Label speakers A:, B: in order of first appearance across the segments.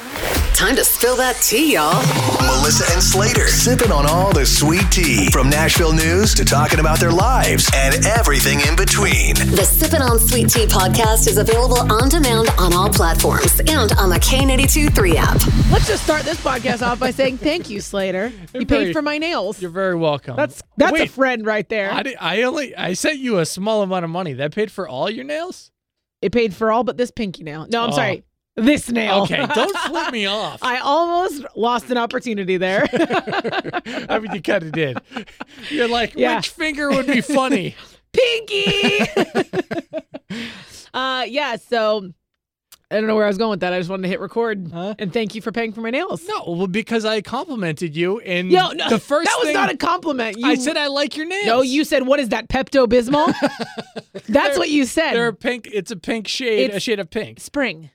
A: Time to spill that tea, y'all.
B: Melissa and Slater sipping on all the sweet tea from Nashville news to talking about their lives and everything in between.
A: The Sippin' on Sweet Tea podcast is available on demand on all platforms and on the K82 3 app.
C: Let's just start this podcast off by saying thank you, Slater. You
D: Very-
C: paid for my nails.
D: You're very welcome.
C: That's that's a
D: Wait,
C: friend right there.
D: I, di- I only I sent you a small amount of money. That paid for all your nails.
C: it paid for all but this pinky nail. No, I'm
D: Oh.
C: sorry. This nail.
D: Okay, don't flip me off.
C: Oh.
D: I,
C: I almost lost an opportunity there.
D: mean, you kind of did. You're like,
C: Yeah.
D: which finger would be funny?
C: pinky. uh yeah, so I don't know where I was going with that. I just wanted to hit record
D: Huh?
C: and thank you for paying for my nails.
D: no, well, because I complimented you, and
C: Yo, no,
D: the first
C: that was
D: thing
C: not a compliment. You,
D: I said, I like your nails.
C: no. You said, "What is that Pepto Bismol?" that's what you said.
D: They're pink. It's a pink shade, a
C: It's-
D: shade of pink.
C: Spring.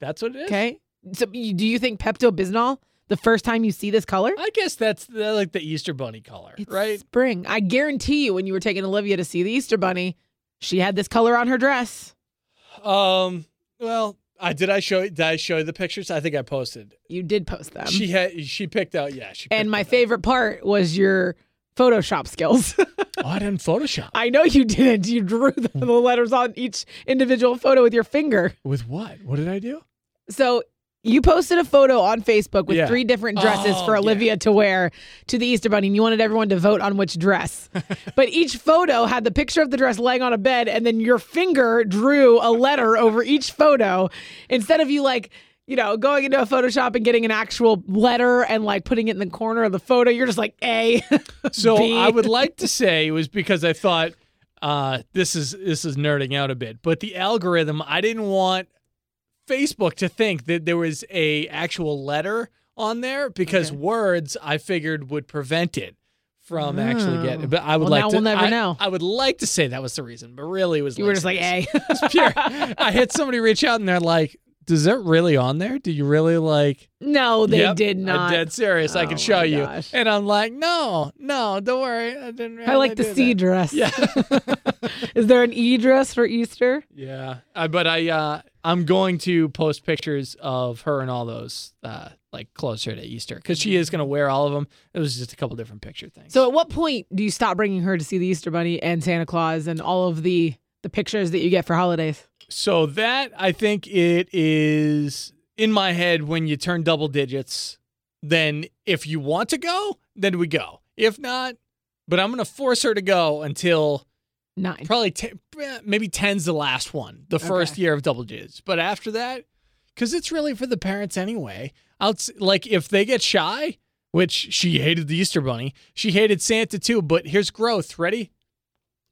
D: That's what it is.
C: Okay. So you, do you think Pepto Bismol the first time you see this color?
D: I guess that's the, like the Easter bunny color,
C: Uh, It's
D: right?
C: Spring. I guarantee you when you were taking Olivia to see the Easter bunny, she had this color on her dress.
D: Um. Well, I did. I show. Did I show you the pictures? I think I posted.
C: You did post them.
D: she had. She picked out. Yeah. She picked
C: Um, and my
D: it out.
C: favorite part was your Photoshop skills.
D: Oh, I didn't Photoshop.
C: I know you didn't. You drew the, the letters on each individual photo with your finger.
D: With what? What did I do?
C: So you posted a photo on Facebook with
D: Yeah.
C: three different dresses
D: Oh,
C: for
D: yeah.
C: Olivia to wear to the Easter Bunny, and you wanted everyone to vote on which dress. but each photo had the picture of the dress laying on a bed, and then your finger drew a letter over each photo instead of you like. You know, going into a Photoshop and getting an actual letter and like putting it in the corner of the photo, you're just like "Eh." A.
D: So
C: B.
D: I would like to say it was because I thought uh, this is this is nerding out a bit, but the algorithm I didn't want Facebook to think that there was a actual letter on there because words I figured would prevent it from actually
C: Oh.
D: getting. But I would
C: Well,
D: like
C: now
D: to.
C: we'll never
D: I,
C: know.
D: I would like to say that was the reason, but really it was
C: you were
D: laziness.
C: just like "Eh." A.
D: It's pure. I had somebody reach out and they're like, "Does that really on there? Do you really like?"
C: no, they
D: Yep,
C: did
D: I'm
C: not.
D: dead serious. I
C: Oh
D: can
C: my
D: show you.
C: gosh.
D: And I'm like, no, no, don't worry. I didn't.
C: I like the
D: really
C: C
D: do
C: dress.
D: that. Yeah,
C: Is there an E dress for Easter?
D: yeah. I, but I, uh, I'm going to post pictures of her and all those, uh, like closer to Easter, because she is going to wear all of them. It was just a couple different picture things.
C: So, at what point do you stop bringing her to see the Easter Bunny and Santa Claus and all of the the pictures that you get for holidays?
D: So that I think it is in my head when you turn double digits, then if you want to go, then we go. If not, but I'm going to force her to go until
C: Nine.
D: probably t- maybe 10's the last one, the first
C: Okay.
D: year of double digits. But after that, because it's really for the parents anyway. Outs- like if they get shy, which she hated the Easter Bunny, she hated Santa too. But here's growth. Ready?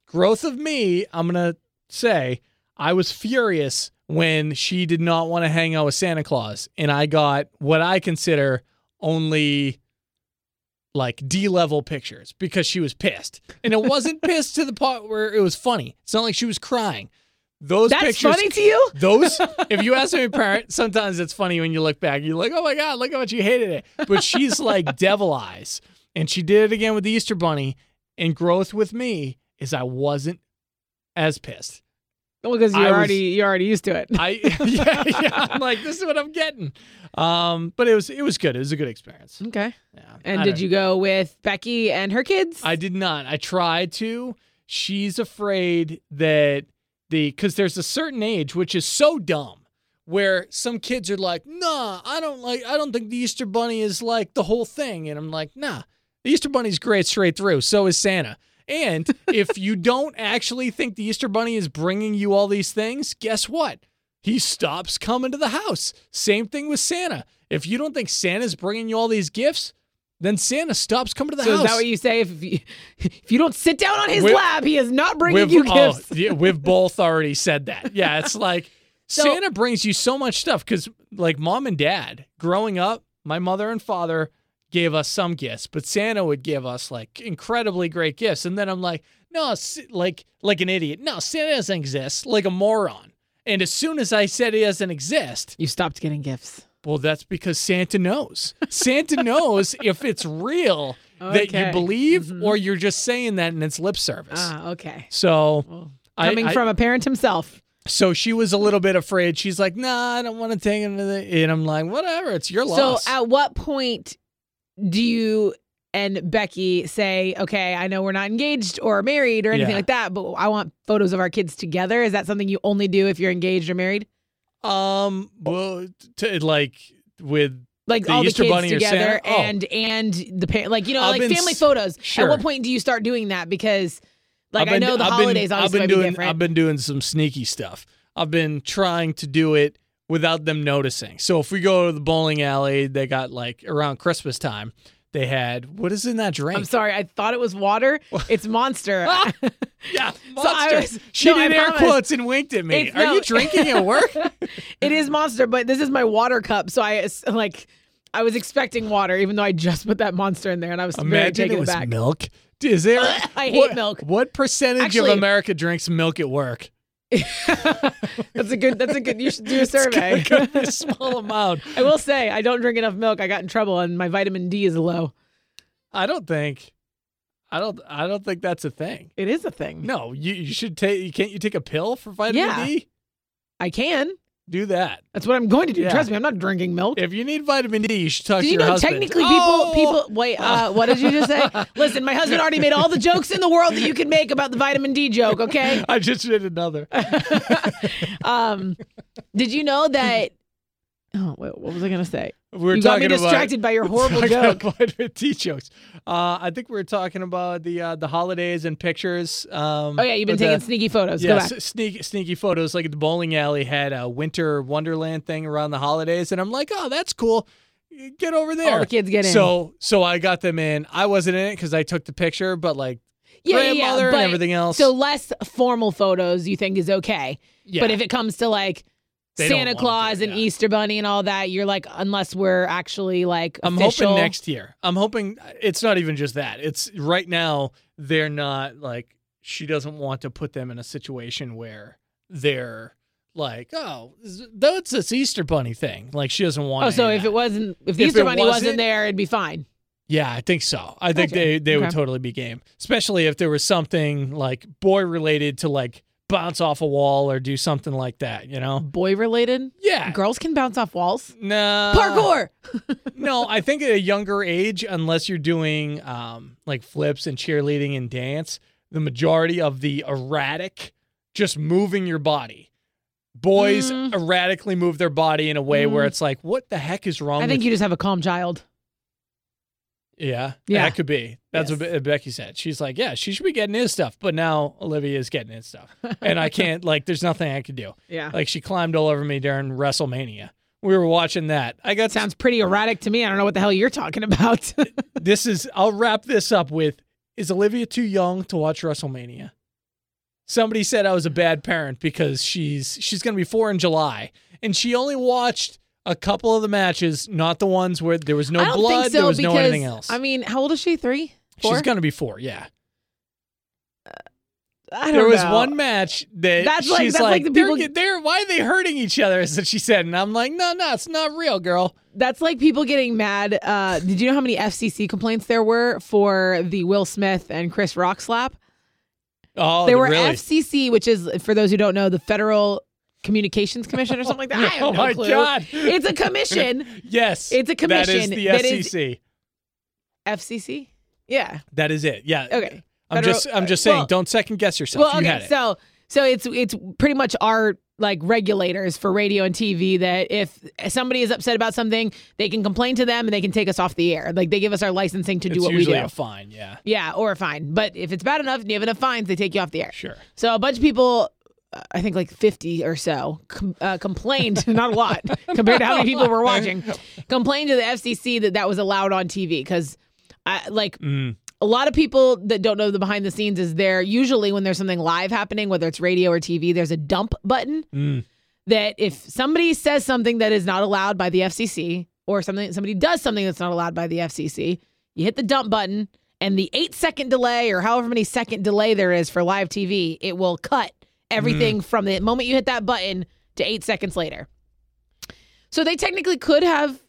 D: Growth of me. I'm gonna say I was furious when she did not want to hang out with Santa Claus, and I got what I consider only like D level pictures because she was pissed, and it wasn't pissed to the part where it was funny. It's not like she was crying. Those
C: That's
D: pictures,
C: funny to you?
D: those, if you ask any parent, sometimes it's funny when you look back. You're like, oh my God, look how much you hated it. But she's like devil eyes. And she did it again with the Easter Bunny. And growth with me is I wasn't as pissed.
C: Well, because you're
D: I was-
C: already you're already used to it.
D: I yeah, yeah, I'm like, this is what I'm getting. Um, but it was it was good. It was a good experience.
C: okay.
D: Yeah.
C: And
D: I
C: did
D: don't-
C: you go with Becky and her kids?
D: I did not. I tried to. She's afraid that the because there's a certain age which is so dumb where some kids are like, nah, I don't like. I don't think the Easter Bunny is like the whole thing. And I'm like, nah, the Easter Bunny's great straight through. So is Santa. And if you don't actually think the Easter Bunny is bringing you all these things, guess what? He stops coming to the house. Same thing with Santa. If you don't think Santa's bringing you all these gifts, then Santa stops coming to the
C: so
D: house.
C: is that what you say? If you, if you don't sit down on his
D: With-
C: lap, he is not bringing you
D: oh,
C: gifts.
D: yeah, we've both already said that. Yeah, it's like Santa brings you so much stuff because, like, mom and dad growing up, my mother and father gave us some gifts, but Santa would give us like incredibly great gifts, and then I'm like, no, S- like, like an idiot. No, Santa doesn't exist. Like a moron. And as soon as I said he doesn't exist,
C: You stopped getting gifts.
D: well, that's because Santa knows. Santa knows if it's real that
C: Okay. Mm-hmm.
D: you believe or you're just saying that and it's lip service.
C: Ah, okay.
D: so
C: Well,
D: I-
C: coming
D: I-
C: from a parent himself,
D: So she was a little bit afraid. She's like, "Nah, I don't want to take him to the." And I'm like, "Whatever, it's your loss."
C: So at what point do you and Becky say, okay, I know we're not engaged or married or anything
D: Yeah.
C: like that, but I want photos of our kids together? Is that something you only do if you're engaged or married?
D: um, well, t- like with
C: Like
D: The
C: all
D: Easter
C: the kids
D: Bunny or
C: together
D: Santa? Oh.
C: and and the parent, like you know,
D: I've
C: like
D: been
C: family
D: s-
C: photos. At
D: sure.
C: what point do you start doing that? Because like
D: I've
C: I
D: been-
C: know the
D: I've been-
C: holidays obviously
D: I've
C: might
D: been
C: be
D: doing
C: different.
D: I've been doing some sneaky stuff. I've been trying to do it without them noticing. So if we go to the bowling alley, they got like around Christmas time, they had what is in that drink?
C: I'm sorry, I thought it was water. It's monster.
D: Yeah,
C: I
D: monster.
C: was-
D: she
C: no, I
D: did air
C: promise.
D: quotes and winked at me.
C: It's
D: Are
C: no-
D: you drinking at work?
C: It is monster, but this is my water cup, so I like I was expecting water, even though I just put that monster in there, and I was very
D: Imagine
C: taken
D: it was
C: aback.
D: milk. Is there?
C: I hate
D: what,
C: milk.
D: What percentage
C: Actually-
D: of America drinks milk at work?
C: That's a good. That's a good. You should do a survey.
D: It's gotta be a small amount.
C: I will say I don't drink enough milk. I got in trouble, and my vitamin D is low.
D: I don't think. I don't. I don't think that's a thing.
C: It is a thing.
D: No, you, you should take. You Can't you take a pill for vitamin
C: Yeah.
D: D?
C: I can.
D: Do that.
C: That's what I'm going to do.
D: Yeah.
C: Trust me, I'm not drinking milk.
D: If you need vitamin D, you should talk
C: Do
D: to
C: you
D: your
C: know
D: husband.
C: technically people
D: Oh!
C: people wait, uh, what did you just say? Listen, my husband already made all the jokes in the world that you could make about the vitamin D joke, okay?
D: I just did another.
C: Um did you know that Oh, wait, what was I going to say?
D: We We're
C: you got
D: talking
C: me
D: about-
C: distracted by your horrible
D: talking
C: joke.
D: about vitamin D jokes. Uh, I think we were talking about the uh, the holidays and pictures. Um,
C: Oh yeah, you've been
D: with the-
C: taking sneaky photos. Go
D: yeah,
C: back.
D: s- sneak, sneaky photos. Like at the bowling alley had a winter wonderland thing around the holidays, and I'm like, oh, that's cool. Get over there.
C: the kids get in.
D: So, so I got them in. I wasn't in it because I took the picture, but like grandmother and
C: but-
D: everything else.
C: So less formal photos you think is okay.
D: Yeah.
C: But if it comes to like
D: They don't
C: Santa
D: wanna do
C: Claus
D: it,
C: and
D: yeah.
C: Easter Bunny and all that, you're like, unless we're actually like
D: I'm
C: official.
D: hoping next year. I'm hoping uh, it's not even just that. It's right now they're not like she doesn't want to put them in a situation where they're like, oh, z- that's this Easter bunny thing. Like she doesn't want.
C: Oh, so
D: any of
C: if
D: that.
C: it wasn't, if the
D: If
C: Easter
D: it
C: Bunny wasn't,
D: wasn't-
C: there, it'd be fine.
D: Yeah, I think so. I think
C: Gotcha.
D: they, they would
C: Okay.
D: totally be game, especially if there was something like boy related to like bounce off a wall or do something like that, you know?
C: Boy related,
D: Yeah. Uh,
C: girls can bounce off walls.
D: No.
C: Parkour.
D: no, I think at a younger age, unless you're doing um, like flips and cheerleading and dance, the majority of the erratic, just moving your body. Boys
C: Mm.
D: erratically move their body in a way where it's like, what the heck is wrong
C: I
D: with
C: think you just have a calm child.
D: Yeah,
C: Yeah.
D: that could be. That's what Be- Becky said. She's like, yeah, she should be getting his stuff, but now Olivia's getting his stuff, and I can't. like, there's nothing I could do.
C: Yeah.
D: Like, she climbed all over me during WrestleMania. We were watching that. I got
C: Sounds pretty erratic to me. I don't know what the hell you're talking about.
D: This is. I'll wrap this up with: Is Olivia too young to watch WrestleMania? Somebody said I was a bad parent because she's she's gonna be four in July, and she only watched a couple of the matches, not the ones where there was no
C: I don't
D: blood,
C: think so
D: there was
C: because
D: no anything else.
C: I mean, how old is she? Three, four.
D: she's gonna be four. Yeah.
C: I don't
D: there was
C: know.
D: one match that
C: That's like-
D: she's
C: that's like the
D: they're,
C: people-
D: get- they're why are they hurting each other? Is what she said, and I'm like, no, no, it's not real, girl.
C: That's like people getting mad. Uh, did you know how many FCC complaints there were for the Will Smith and Chris Rock slap?
D: Oh,
C: there were
D: really?
C: FCC, which is for those who don't know, the Federal Communications Commission or something like that. I have
D: Oh
C: no
D: my
C: clue.
D: God.
C: It's a commission.
D: yes,
C: It's a
D: That is
C: commission
D: the E
C: that is-
D: SEC.
C: FCC. Yeah.
D: that is it. Yeah.
C: Okay.
D: I'm
C: Federal-
D: just I'm just saying,
C: well-
D: don't second guess yourself.
C: Well, okay.
D: you had it.
C: So, so it's it's pretty much our like regulators for radio and TV that if somebody is upset about something, they can complain to them and they can take us off the air. Like they give us our licensing to
D: it's
C: do what we do.
D: usually a fine. Yeah.
C: yeah, or a fine. But if it's bad enough and you have enough fines, they take you off the air.
D: Sure.
C: So a bunch of people, uh, I think like 50 or so, com- uh, complained, not a lot compared to how many people were watching, complained to the FCC that that was allowed on TV because I like a lot of people that don't know the behind the scenes is there usually when there's something live happening, whether it's radio or TV, there's a dump button that if somebody says something that is not allowed by the FCC or something somebody does something that's not allowed by the FCC, you hit the dump button and the 8 second delay or however many second delay there is for live TV, it will cut everything from the moment you hit that button to 8 seconds later. So they technically could have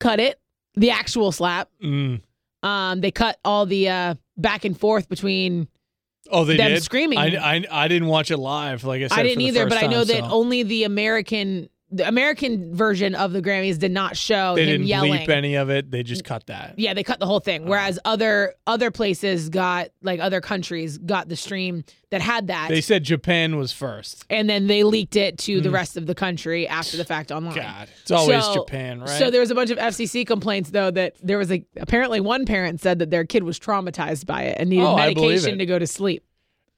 C: cut it, the actual slap.
D: Mm.
C: Um they cut all the uh back and forth between
D: Oh, they
C: them
D: did
C: screaming.
D: I, I, I didn't watch it live. Like I said,
C: I
D: for
C: didn't
D: the
C: either,
D: first
C: but I know
D: time,
C: that
D: so.
C: only the American the American version of the Grammys did not show
D: they
C: him
D: didn't
C: yelling. Mm.
D: bleep any Oh. of it. They just cut that.
C: yeah, they cut the whole thing. Whereas other other places got like other countries got the stream that had that.
D: They said Japan was first.
C: and then they leaked it to the rest of the country after the fact online.
D: God, it's always
C: So-
D: Japan, right?
C: So there was a bunch of FCC complaints though that there was a apparently one parent said that their kid was traumatized by it and needed
D: Oh, I believe
C: medication
D: it.
C: to go to sleep.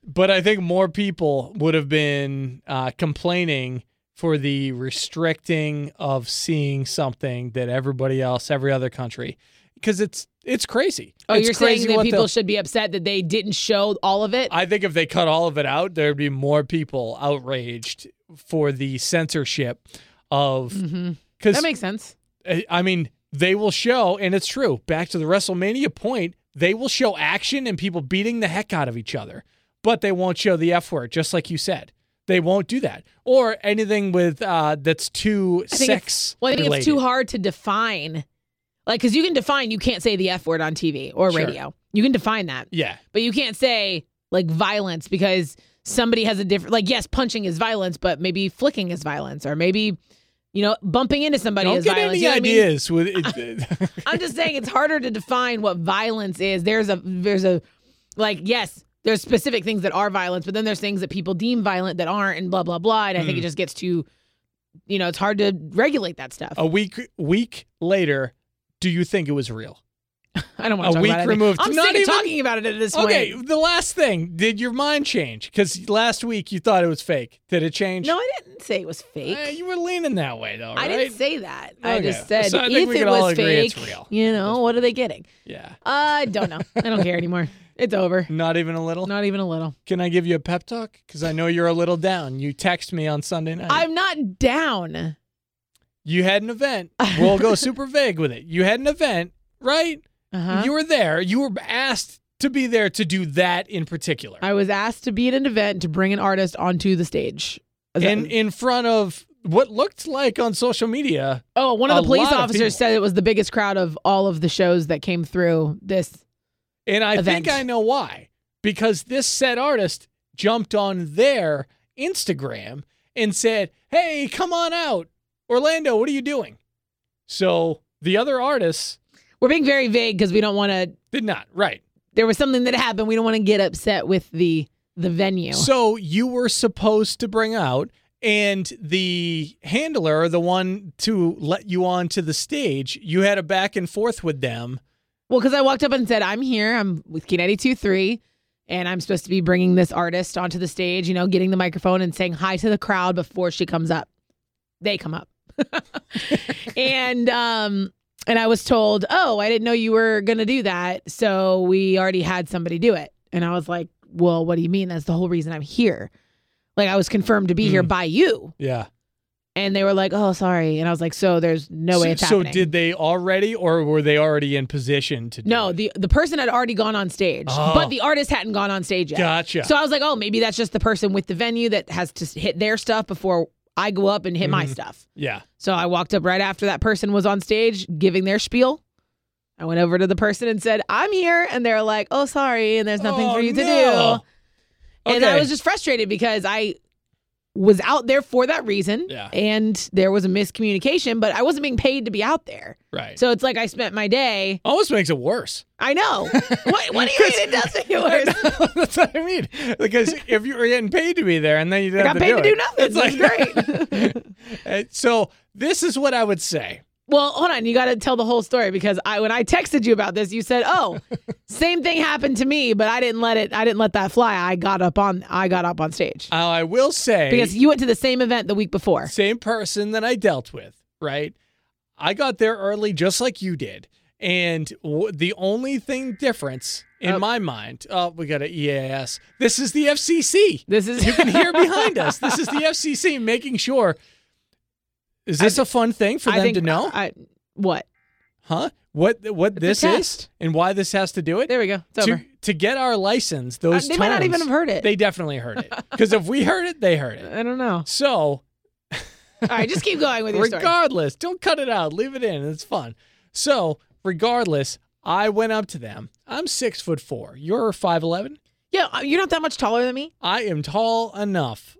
D: but I think more people would have been uh, complaining for the restricting of seeing something that everybody else, every other country, because it's it's crazy.
C: Oh,
D: It's
C: you're
D: crazy
C: saying that
D: what
C: people
D: the-
C: should be upset that they didn't show all of it?
D: I think if they cut all of it out, there'd be more people outraged for the censorship of
C: Mhm.
D: because
C: That makes sense.
D: I I mean, they will show, and it's true. Back to the WrestleMania point, they will show action and people beating the heck out of each other, but they won't show the F word, just like you said. They won't do that, or anything with uh, that's too
C: I think
D: sex.
C: It's, well, I think it's too
D: related.
C: hard to define. Like, because you can define, you can't say the F word on TV or
D: Sure.
C: radio. You can define that,
D: Yeah,
C: but you can't say like violence because somebody has a different. Like, yes, punching is violence, but maybe flicking is violence, or maybe you know bumping into somebody
D: don't
C: is
D: get
C: violence.
D: any
C: you know what I mean?
D: ideas with it.
C: I'm just saying it's harder to define what violence is. There's a there's a like yes, there's specific things that are violence, but then there's things that people deem violent that aren't, and blah blah blah. And I
D: Hmm.
C: think it just gets too, you know, it's hard to regulate that stuff.
D: a week week later, do you think it was real?
C: I don't want
D: a
C: to talk
D: week
C: about it.
D: removed.
C: I'm
D: Not
C: sick of
D: even-
C: talking about it at this
D: Okay,
C: point.
D: the last thing. Did your mind change? Because last week you thought it was fake. Did it change?
C: No, I didn't say it was fake.
D: Eh, you were leaning that way though,
C: I
D: right?
C: didn't say that. I
D: Okay.
C: just said
D: So I think
C: if
D: we
C: it
D: can all
C: was
D: agree
C: fake,
D: it's real.
C: you know, what are they getting? Uh,
D: yeah.
C: I don't know. I don't care anymore. It's over.
D: Not even a little.
C: Not even a little.
D: Can I give you a pep talk? Because I know you're a little down. You text me on Sunday night.
C: I'm not down.
D: you had an event. We'll go super vague with it. You had an event, right?
C: Uh-huh.
D: You were there. You were asked to be there to do that in particular,
C: I was asked to be at an event to bring an artist onto the stage. Is that-
D: and in front of what looked like on social media.
C: oh, one of
D: a
C: the police
D: lot of
C: officers
D: people.
C: said it was the biggest crowd of all of the shows that came through this.
D: And I
C: Event.
D: think I know why. Because this said artist jumped on their Instagram and said, "Hey, come on out, Orlando. What are you doing?" So the other artists
C: We're being very vague because we don't want to.
D: did not. Right.
C: There was something that happened. We don't want to get upset with the the venue.
D: So you were supposed to bring out, and the handler, the one to let you on to the stage, you had a back and forth with them.
C: Well, because I walked up and said, I'm here. I'm with K92 3, and I'm supposed to be bringing this artist onto the stage, you know, getting the microphone and saying hi to the crowd before she comes up. They come up. and, um, and I was told, oh, I didn't know you were going to do that. So we already had somebody do it. And I was like, well, what do you mean? That's the whole reason I'm here. Like, I was confirmed to be here
D: Mhm.
C: by you.
D: Yeah.
C: And they were like, oh, sorry. And I was like, so there's no way
D: so,
C: it's
D: so
C: happening.
D: did they already, or were they already in position to? Do
C: No,
D: it?
C: the the person had already gone on stage,
D: Oh.
C: but the artist hadn't gone on stage yet.
D: Gotcha.
C: So I was like, oh, maybe that's just the person with the venue that has to s- hit their stuff before I go up and hit my
D: Mhm.
C: stuff.
D: yeah.
C: So I walked up right after that person was on stage giving their spiel. I went over to the person and said, "I'm here," and they're like, "Oh, sorry," and there's nothing
D: Oh,
C: for you to
D: no.
C: do. And I
D: Okay.
C: was just frustrated because I was out there for that reason,
D: Yeah.
C: and there was a miscommunication, but I wasn't being paid to be out there.
D: Right.
C: So it's like I spent my day
D: Almost makes it worse.
C: I know. what, what do you mean it does make it worse?
D: That's what I mean. Because if you were getting paid to be there and then you
C: I
D: didn't
C: got
D: have
C: paid to
D: to
C: do
D: do
C: nothing. It's
D: like-
C: great.
D: it. Uh, So this is what I would say.
C: well, hold on. You got to tell the whole story because I, when I texted you about this, you said, "Oh, same thing happened to me, but I didn't let it. I didn't let that fly. I got up on. I got up on stage
D: Uh, I will say
C: because you went to the same event the week before.
D: same person that I dealt with, right? I got there early just like you did. And w- the only thing difference in
C: Oh.
D: my mind, oh, we got an EAS. This is the FCC.
C: This is you
D: And here behind us, this is the FCC making sure. Is this a fun thing for
C: I
D: them
C: think
D: to know?
C: I, what?
D: huh? What what
C: a
D: this
C: test.
D: is and why this has to do it?
C: There we go. It's
D: to,
C: over.
D: to get our license, those
C: Uh, they might not
D: tones,
C: even have heard it.
D: They definitely heard it because if we heard it, they heard it.
C: I don't know.
D: So
C: All right, just keep going with your story.
D: regardless, don't cut it out. Leave it in. It's fun. So regardless, I went up to them. I'm six foot four. You're five eleven.
C: Yeah, uh, you're not that much taller than me.
D: I am tall enough.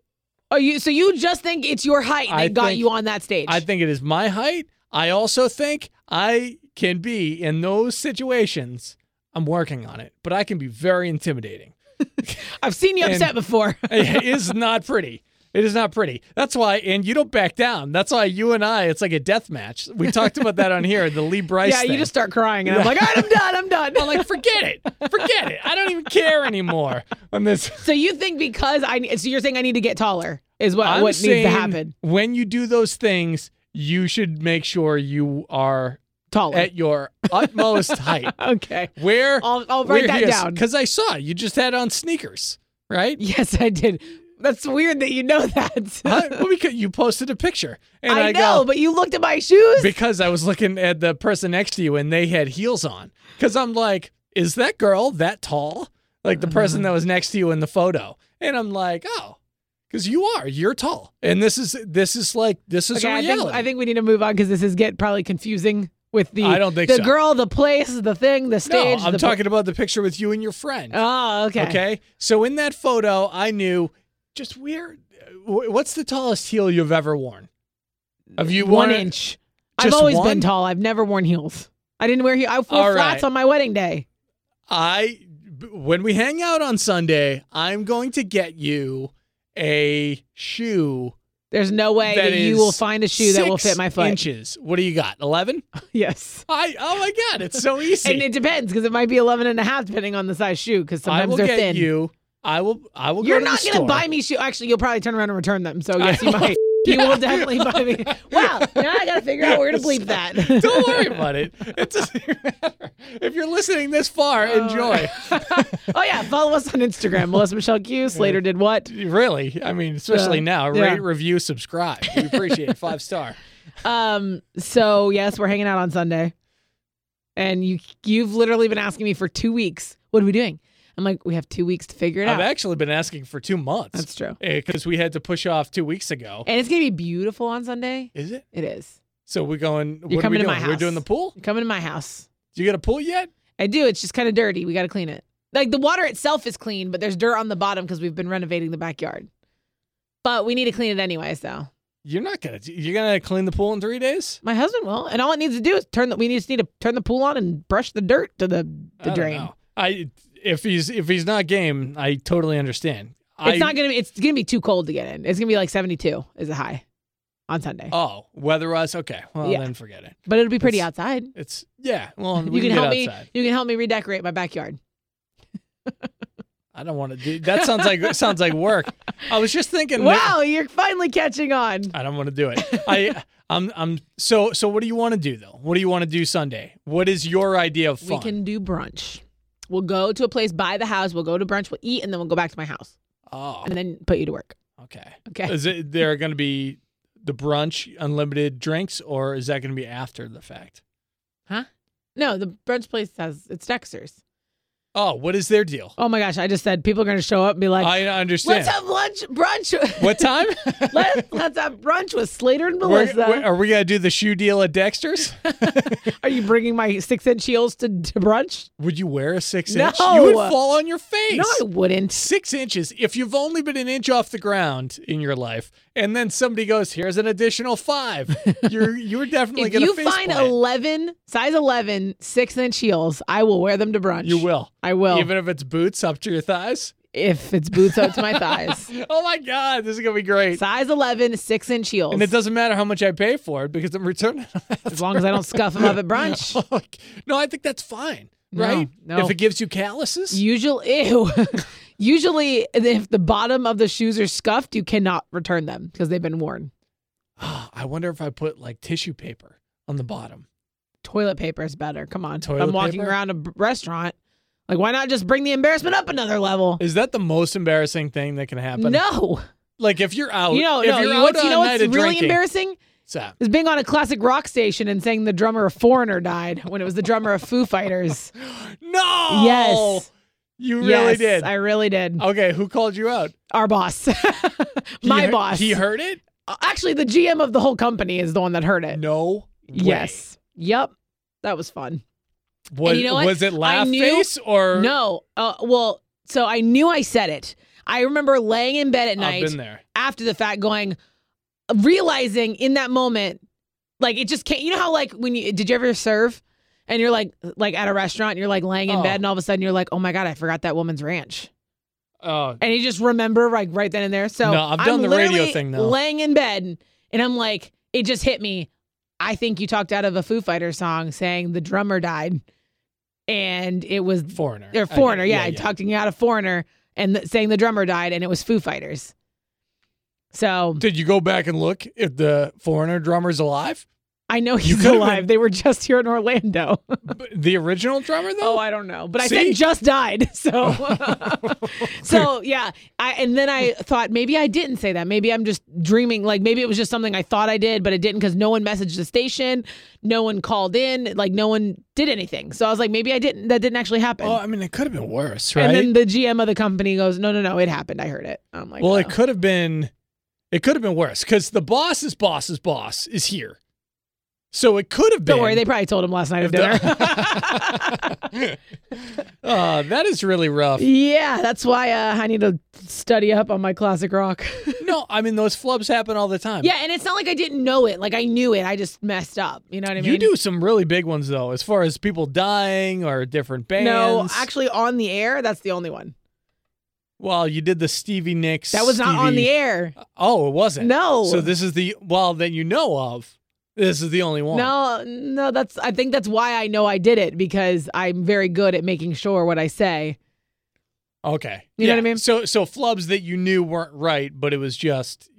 C: Oh, you so you just think it's your height
D: I
C: that got
D: think-
C: you on that stage.
D: I think it is my height. I also think I can be in those situations. I'm working on it, but I can be very intimidating.
C: I've seen you
D: and-
C: upset before.
D: it is not pretty. It is not pretty. That's why, and you don't back down. That's why you and I, it's like a death match. We talked about that on here, the Lee Bryce.
C: yeah, you
D: thing.
C: just start crying, and I'm like, all right, I'm done. I'm done.
D: I'm like, forget it, forget it. I don't even care anymore on this.
C: so you think because I ne- so you're saying I need to get taller is what
D: I'm
C: what needs
D: saying
C: to happen?
D: When you do those things, you should make sure you are
C: Taller.
D: at your utmost height.
C: okay.
D: Where
C: I'll, I'll write that down.
D: because I saw you just had on sneakers, right?
C: Yes, I did. That's weird that you know that.
D: Huh? well, because you posted a picture, and I,
C: I, know,
D: go,
C: but you looked at my shoes.
D: because I was looking at the person next to you and they had heels on. Because I'm like, is that girl that tall? Like the person that was next to you in the photo. And I'm like, oh, because you are, you're tall. And this is, this is like, this is
C: Okay, I
D: reality.
C: think, I think we need to move on because this is get probably confusing with the
D: I don't think
C: the
D: so.
C: girl, the place, the thing, the
D: no,
C: stage.
D: I'm
C: the
D: talking about the picture with you and your friend.
C: Oh, okay.
D: okay. So in that photo, I knew just where, wh- what's the tallest heel you've ever worn? Have you
C: one
D: worn it-
C: inch. I've
D: Just
C: always
D: one?
C: been tall. I've never worn heels. I didn't wear heels. I wore
D: All
C: flats
D: right.
C: on my wedding day.
D: I b- when we hang out on Sunday, I'm going to get you a shoe
C: There's no way that,
D: that
C: you
D: is
C: will find a shoe that will
D: six
C: fit my foot.
D: Inches. What do you got? Eleven?
C: Yes.
D: I oh my god, it's so easy.
C: And it depends because it might be 11 and a half depending on the size shoe because
D: I
C: sometimes
D: will
C: they're
D: get
C: thin.
D: you. I will. I will.
C: You're
D: go to
C: not
D: the
C: going to
D: store.
C: buy me shoe. Actually, you'll probably turn around and return them. So, yes, you
D: will.
C: might. You will definitely buy me. Wow. Now I got to figure out where to bleep that.
D: Don't worry about it. It doesn't matter. If you're listening this far,
C: Uh,
D: enjoy.
C: oh, yeah. Follow us on Instagram. Melissa Michelle Q. Slater did what?
D: Really, I mean, especially
C: Yeah.
D: now.
C: Yeah.
D: Rate, review, subscribe. We appreciate it. Five star.
C: Um. So yes, we're hanging out on Sunday, and you you've literally been asking me for two weeks. What are we doing? I'm like, we have two weeks to figure it
D: I've
C: out,
D: actually been asking for two months.
C: That's true.
D: Because Eh, we had to push off two weeks ago.
C: and it's gonna be beautiful on Sunday.
D: Is it?
C: It is.
D: So we're going. what
C: coming
D: are we
C: to
D: doing?
C: my
D: We're
C: house.
D: doing the pool.
C: You come into my house.
D: You got a pool yet?
C: I do. It's just kind of dirty. We got to clean it. Like the water itself is clean, but there's dirt on the bottom because we've been renovating the backyard. But we need to clean it anyway. So
D: You're not gonna. You're gonna clean the pool in three days.
C: my husband will, and all it needs to do is turn the. We just need to turn the pool on and brush the dirt to the the
D: I don't
C: drain.
D: know. I if he's if he's not game, I totally understand.
C: It's
D: I,
C: not gonna. be It's gonna be too cold to get in. It's gonna be like seventy two is a high on Sunday,
D: Oh, weather us. Okay. Well,
C: Yeah.
D: then forget it.
C: but it'll be pretty
D: it's-
C: outside.
D: It's yeah. Well,
C: You
D: we
C: can
D: get
C: help
D: outside.
C: me. You can help me redecorate my backyard.
D: I don't want to do that. Sounds like sounds like work. I was just thinking.
C: Wow, you're finally catching on.
D: I don't want to do it. I I'm I'm so so. What do you want to do though? What do you want to do Sunday? What is your idea of fun?
C: We can do brunch. We'll go to a place by the house. We'll go to brunch. We'll eat, and then we'll go back to my house,
D: oh,
C: and then put you to work.
D: okay.
C: Okay.
D: Is it there going to be the brunch unlimited drinks, or is that going to be after the fact?
C: No, the brunch place has it's Dexter's.
D: Oh, what is their deal?
C: Oh my gosh, I just said people are going to show up and be like,
D: I
C: "Let's
D: understand.
C: have lunch, brunch.
D: What time?
C: Let's let's have brunch with Slater and
D: We're-
C: Melissa."
D: we're- are we going to do the shoe deal at Dexter's? uh,
C: Are you bringing my six inch heels to, to brunch?
D: would you wear a six
C: No.
D: inch? You would fall on your face.
C: No, I wouldn't.
D: Six inches. If you've only been an inch off the ground in your life, and then somebody goes, "Here's an additional five, you're you're definitely
C: If
D: going to
C: you
D: face
C: find
D: plant.
C: 11, size 11, six inch heels, I will wear them to brunch.
D: You will,
C: I will.
D: even if it's boots up to your thighs.
C: if it's boots up to my thighs.
D: Oh my god, this is going to be great.
C: Size 11, six inch heels.
D: And it doesn't matter how much I pay for it because I'm returning.
C: as long as I don't scuff them up at brunch.
D: no, I think that's fine,
C: No,
D: right?
C: no.
D: If it gives you calluses,
C: Usually, ew. Usually, if the bottom of the shoes are scuffed, you cannot return them because they've been worn.
D: I wonder if I put like tissue paper on the bottom.
C: Toilet paper is better. Come on.
D: Toilet
C: I'm walking
D: paper?
C: around a b- restaurant. Like, why not just bring the embarrassment up another level?
D: Is that the most embarrassing thing that can happen?
C: No.
D: Like if you're out,
C: You know,
D: Oh, if
C: no,
D: you're
C: you,
D: out
C: what's,
D: on
C: you
D: a
C: know
D: night
C: what's
D: of
C: really
D: drinking,
C: embarrassing?
D: So,
C: is being on a classic rock station and saying the drummer of Foreigner died when it was the drummer of Foo Fighters.
D: no.
C: Yes.
D: You really
C: Yes,
D: did. Oh.
C: I really did.
D: okay, who called you out?
C: Our boss,
D: He
C: my
D: he-
C: boss.
D: He heard it.
C: Actually, the GM of the whole company is the one that heard it.
D: No. way.
C: Yes. Yep. That was fun.
D: Was,
C: you know what?
D: was it
C: I
D: laugh
C: knew-
D: face or
C: no. Uh, well, So I knew I said it. I remember laying in bed at night
D: I've been there.
C: after the fact going realizing in that moment like it just can't you know how like when you did you ever serve and you're like like at a restaurant and you're like laying in
D: Oh.
C: bed and all of a sudden you're like oh my god i forgot that woman's ranch
D: Oh,
C: and you just remember like right then and there so
D: No, I've done
C: I'm
D: the radio
C: literally
D: thing, though.
C: laying in bed and i'm like it just hit me i think you talked out of a foo fighter song saying the drummer died and it was
D: foreigner.
C: or
D: I get it.
C: foreigner yeah, i talked you out of foreigner and th- saying the drummer died and it was foo fighters so
D: Did you go back and look if the foreigner drummer's alive?
C: I know
D: You
C: he's
D: could've
C: alive.
D: been-
C: They were just here in Orlando.
D: But the original drummer though.
C: oh, I don't know, but I
D: See?
C: said just died. So, so yeah. I and then I thought maybe I didn't say that. Maybe I'm just dreaming. Like maybe it was just something I thought I did, but it didn't because no one messaged the station, no one called in, like no one did anything. So I was like, maybe I didn't. That didn't actually happen.
D: Oh, I mean, it could have been worse, right?
C: And then the GM of the company goes, no, no, no, it happened. I heard it. I'm like,
D: well, it
C: oh.
D: could have been. It could have been worse because the boss's boss's boss is here, so it could have been.
C: Don't worry, they probably told him last night at dinner.
D: Uh, that is really rough.
C: yeah, that's why uh, I need to study up on my classic rock.
D: No, I mean those flubs happen all the time.
C: Yeah, and it's not like I didn't know it. Like I knew it. I just messed up. You know what I mean?
D: you do some really big ones though, as far as people dying or different bands.
C: No, actually, on the air. That's the only one.
D: well, you did the Stevie Nicks.
C: That was not on
D: Stevie-
C: the air.
D: Oh, it wasn't.
C: No.
D: So this is the well that you know of. This is the only one.
C: No, no. That's. I think that's why I know I did it because I'm very good at making sure what I say.
D: Okay.
C: You know what I mean?
D: So so flubs that you knew weren't right, but it was just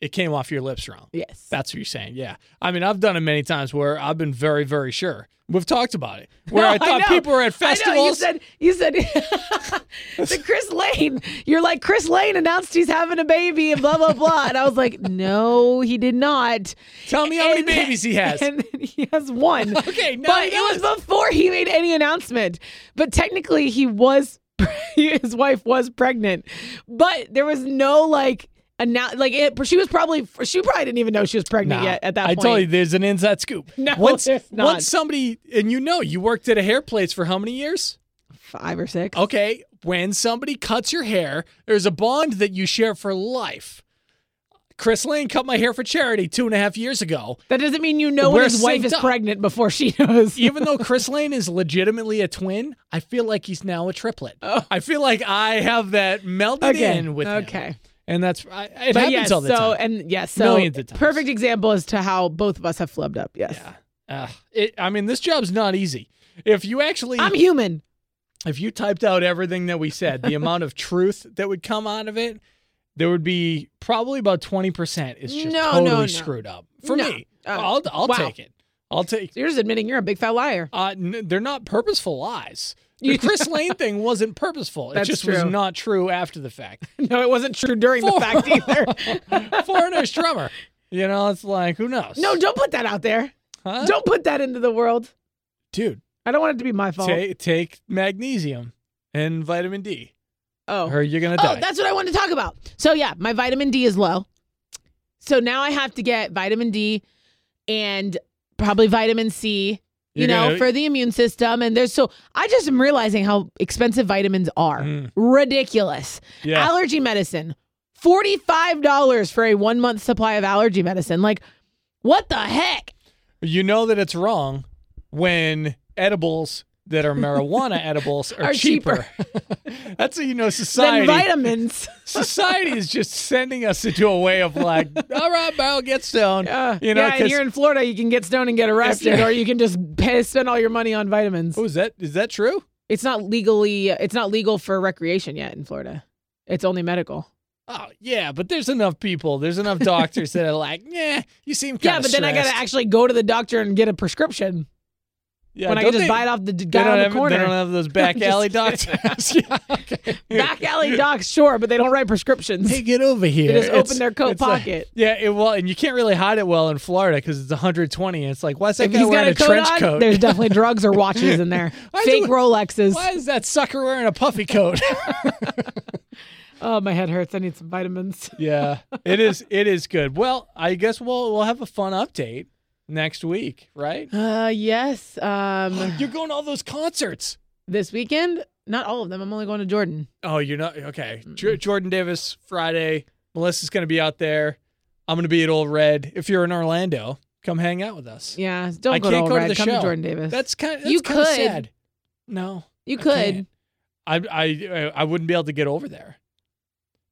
D: it came off your lips wrong.
C: Yes.
D: That's what you're saying. Yeah. I mean, I've done it many times where I've been very, very sure. We've talked about it. Where
C: No,
D: I thought
C: know.
D: people were at
C: I know, You
D: festivals.
C: said you said the Chris Lane. You're like Chris Lane announced he's having a baby and blah blah blah. And I was like, no, he did not.
D: Tell me how many
C: And then-
D: babies he has.
C: And then he has one.
D: Okay, now
C: but
D: he
C: it was before he made any announcement. But technically, he was his wife was pregnant, but there was no like announce. Like it, she was probably she probably didn't even know she was pregnant
D: Nah,
C: yet at that
D: I
C: point.
D: told you there's an inside scoop.
C: No,
D: once,
C: there's not.
D: once somebody and you know you worked at a hair place for how many years?
C: five or six.
D: Okay, when somebody cuts your hair, there's a bond that you share for life. Chris Lane cut my hair for charity two and a half years ago.
C: That doesn't mean you know
D: We're
C: when his wife
D: synced
C: is
D: up.
C: pregnant before she knows.
D: Even though Chris Lane is legitimately a twin, I feel like he's now a triplet.
C: Oh.
D: I feel like I have that melded
C: Okay.
D: in with him.
C: Okay.
D: And that's I, it
C: But
D: happens
C: yes,
D: all the
C: so
D: time.
C: and yes, so
D: Millions of times.
C: perfect example as to how both of us have flubbed up. Yes,
D: yeah. Ugh. It- I mean, this job's not easy. If you actually
C: I'm human.
D: if you typed out everything that we said, the amount of truth that would come out of it, there would be probably about twenty percent is just
C: No, no,
D: totally
C: no.
D: screwed up for
C: No.
D: me.
C: Uh,
D: I'll I'll
C: wow.
D: take it. I'll take.
C: So you're just admitting you're a big fat liar.
D: Uh, n- they're not purposeful lies.
C: You-
D: The Chris Lane thing wasn't purposeful. It
C: That's
D: just was
C: true.
D: not true after the fact.
C: No, it wasn't true during the
D: For-
C: fact either.
D: Foreigner's drummer. You know, it's like who knows?
C: No, don't put that out there.
D: Huh?
C: Don't put that into the world.
D: dude.
C: I don't want it to be my fault.
D: Take take magnesium and vitamin D,
C: oh.
D: or you're gonna
C: oh,
D: die.
C: that's what I wanted to talk about. So yeah, my vitamin D is low. So now I have to get vitamin D and probably vitamin C, you
D: You're
C: know,
D: gonna-
C: for the immune system. And there's so I just am realizing how expensive vitamins are.
D: Mm.
C: Ridiculous.
D: yeah.
C: Allergy medicine. $45 for a one month supply of allergy medicine. Like, what the heck?
D: You know that it's wrong when edibles that are marijuana edibles are,
C: Are cheaper.
D: cheaper. That's how you know
C: Then
D: society.
C: vitamins.
D: society is just sending us into a way of like, all right, Barrel, get stoned.
C: Uh,
D: you know,
C: yeah, and
D: 'cause-
C: here in Florida, you can get stoned and get arrested, or you can just pay, spend all your money on vitamins.
D: oh, is that is that true?
C: It's not legally, it's not legal for recreation yet in Florida. It's only medical.
D: Oh yeah, but there's enough people, there's enough doctors that are like, yeah, you seem kind
C: yeah, but then I gotta actually go to the doctor and get a prescription
D: yeah,
C: when I
D: don't
C: can just
D: they-
C: buy it off the d-
D: They
C: guy
D: don't,
C: on the
D: have, they
C: corner.
D: don't have those back
C: I'm just
D: alley
C: kidding.
D: doctors. Yeah, okay.
C: Back alley docs, sure, but they don't write prescriptions.
D: Hey, get over here.
C: just
D: It's-
C: open their coat
D: it's like-
C: pocket.
D: yeah, it, well, and you can't really hide it well in Florida because it's 120. And it's like, why is that
C: if
D: guy
C: he's got
D: wearing
C: a coat
D: trench
C: on,
D: coat?
C: there's definitely drugs or watches in there.
D: Why is
C: Fake
D: it-
C: Rolexes.
D: why is that sucker wearing a puffy coat?
C: Oh, my head hurts. I need some vitamins.
D: yeah, it is. It is good. Well, I guess we'll we'll have a fun update next week, right?
C: Uh, yes. Um,
D: um, You're going to all those concerts.
C: this weekend. Not all of them. I'm only going to Jordan.
D: Oh, you're not okay. J- Jordan Davis Friday. Melissa's going to be out there. I'm going to be at Old Red. If you're in Orlando, come hang out with us.
C: Yeah, don't
D: I
C: go
D: can't
C: to all
D: go to
C: red.
D: the
C: Come
D: show.
C: to Jordan Davis.
D: That's kind. That's
C: You
D: kinda
C: could.
D: Sad. No,
C: you
D: I
C: could.
D: can't. I, I uh, I I wouldn't be able to get over there.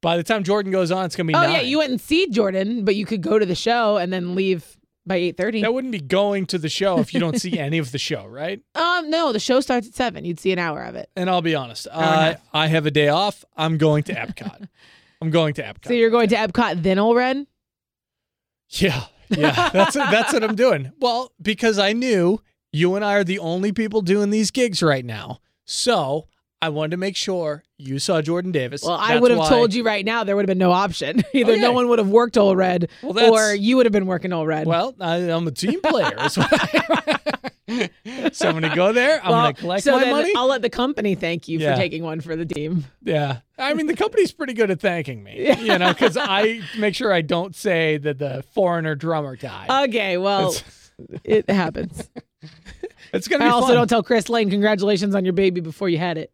D: By the time Jordan goes on, it's going to be
C: Oh
D: nine.
C: yeah, you wouldn't see Jordan, but you could go to the show and then leave by eight thirty.
D: That wouldn't be going to the show if you don't see any of the show, right?
C: Um, no, the show starts at seven. You'd see an hour of it.
D: And I'll be honest,
C: and a
D: I I have a day off. I'm going to Epcot. I'm going to Epcot.
C: So you're going to Epcot then Ole Red?
D: Yeah, yeah. That's that's what I'm doing. Well, because I knew you and I are the only people doing these gigs right now, so I wanted to make sure you saw Jordan Davis.
C: Well, I
D: That's
C: would have
D: why- Oh,
C: told you right now there would have been no option. Either
D: yeah.
C: no one would have worked Ole Red,
D: Well, that's-
C: or you would have been working Ole Red.
D: Well, I, I'm a team player. is what I- so I'm gonna go there. I'm
C: Well,
D: gonna collect
C: so
D: my
C: then
D: money.
C: I'll let the company thank you
D: Yeah.
C: for taking one for the team.
D: Yeah. I mean, the company's pretty good at thanking me, you know, because I make sure I don't say that the foreigner drummer died.
C: Okay, well, it happens.
D: it's going to
C: I
D: be
C: also
D: fun.
C: don't tell Chris Lane congratulations on your baby before you had it.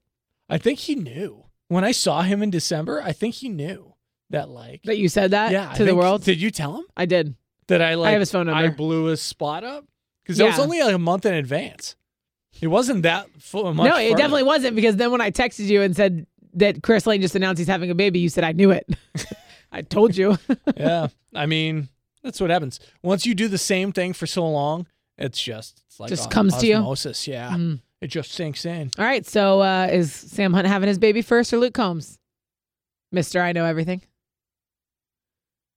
D: I think he knew. When I saw him in December, I think he knew that, like,
C: That you said that
D: yeah, I
C: to the
D: think-
C: world.
D: Did you tell him
C: I did.
D: that I, like,
C: have his phone
D: I
C: number.
D: blew his spot up? Because it was
C: Yeah.
D: only like a month in advance. It wasn't that full much.
C: no, it
D: further.
C: definitely wasn't because then when I texted you and said that Chris Lane just announced he's having a baby, you said I knew it. I told you.
D: yeah. I mean, that's what happens. Once you do the same thing for so long, it's just, it's like
C: Just
D: o-
C: comes to you. Mm.
D: osmosis. Yeah. It just sinks in.
C: All right, so uh, is Sam Hunt having his baby first or Luke Combs? Mister, I know everything.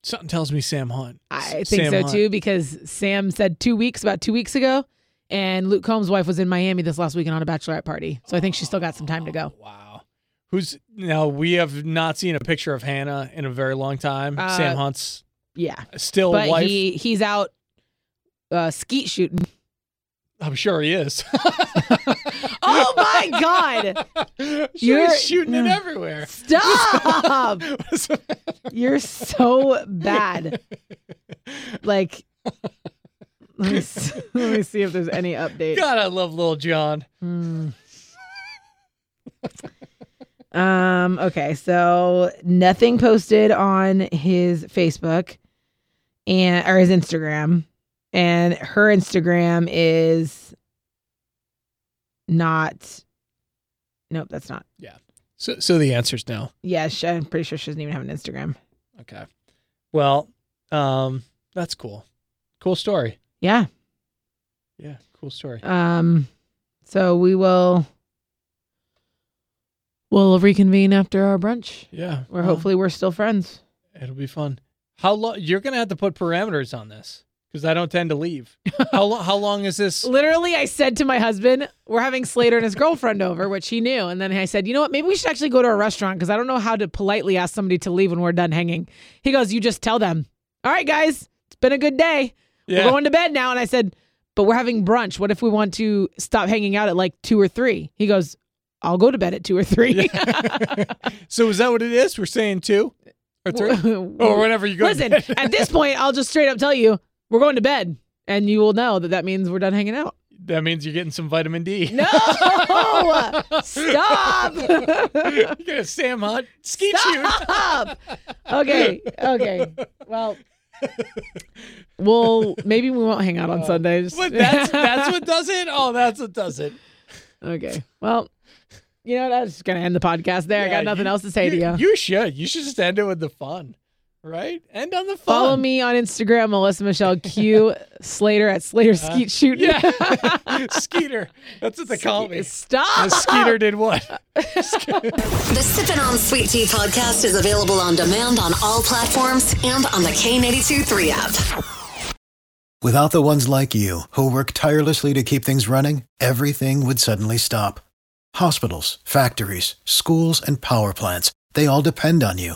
D: Something tells me Sam Hunt.
C: I
D: S-
C: think
D: Sam
C: so
D: Hunt.
C: too because Sam said two weeks about two weeks ago, and Luke Combs' wife was in Miami this last weekend on a bachelorette party, so I think she's still got some time to go.
D: Wow. Who's now? We have not seen a picture of Hannah in a very long time.
C: Uh,
D: Sam Hunt's
C: Yeah,
D: still
C: but
D: Oh, wife.
C: he he's out uh, skeet shooting.
D: I'm sure he is.
C: Oh my God!
D: Sure
C: You're- Mm.
D: he's shooting it everywhere.
C: Stop!
D: What's the matter?
C: You're so bad. Like, let me see, let me see if there's any update. Hmm.
D: God, I love Little John.
C: Um, okay, so nothing posted on his Facebook and or his Instagram. And her Instagram is not Nope, that's not.
D: So, so the answer's no.
C: Yeah, sh I'm pretty sure she doesn't even have an Instagram.
D: Okay. Well, um, that's cool. Cool story.
C: Yeah.
D: Yeah, cool story.
C: Um so we will we'll reconvene after our brunch.
D: Yeah,
C: Where
D: well,
C: hopefully we're still friends.
D: it'll be fun. How long? You're gonna have to put parameters on this because I don't tend to leave. how long? How long is this?
C: Literally, I said to my husband, "We're having Slater and his girlfriend over," which he knew. And then I said, "You know what? Maybe we should actually go to a restaurant because I don't know how to politely ask somebody to leave when we're done hanging." He goes, "You just tell them." All right, guys, it's been a good day.
D: Yeah.
C: We're going to bed now. And I said, "But we're having brunch. What if we want to stop hanging out at like two or three? He goes, "I'll go to bed at two or three.
D: So is that what it is? We're saying two or three or whenever you go. to
C: Listen,
D: bed.
C: at this point, I'll just straight up tell you we're going to bed, and you will know that that means we're done hanging out.
D: that means you're getting some vitamin D.
C: No, stop.
D: you're gonna Sam Hunt skeet shoot.
C: Stop. Okay, okay. Well, well, maybe we won't hang out on Sundays.
D: Oh. But that's that's what does it. Oh, that's what does it.
C: okay. Well, you know what? I'm just gonna end the podcast there. I
D: Yeah,
C: got nothing
D: you-
C: else to say to you.
D: You should. You should just end it with the fun, right? End on the fun.
C: Follow me on Instagram, Melissa Michelle Q Slater at Slater Skeet Shoot.
D: Uh-huh. Yeah, Skeeter. That's what they call me.
C: Stop.
D: The Skeeter did what?
A: The Sippin' on Sweet Tea podcast is available on demand on all platforms and on the K82 3 app.
E: Without the ones like you, who work tirelessly to keep things running, everything would suddenly stop. Hospitals, factories, schools, and power plants, they all depend on you.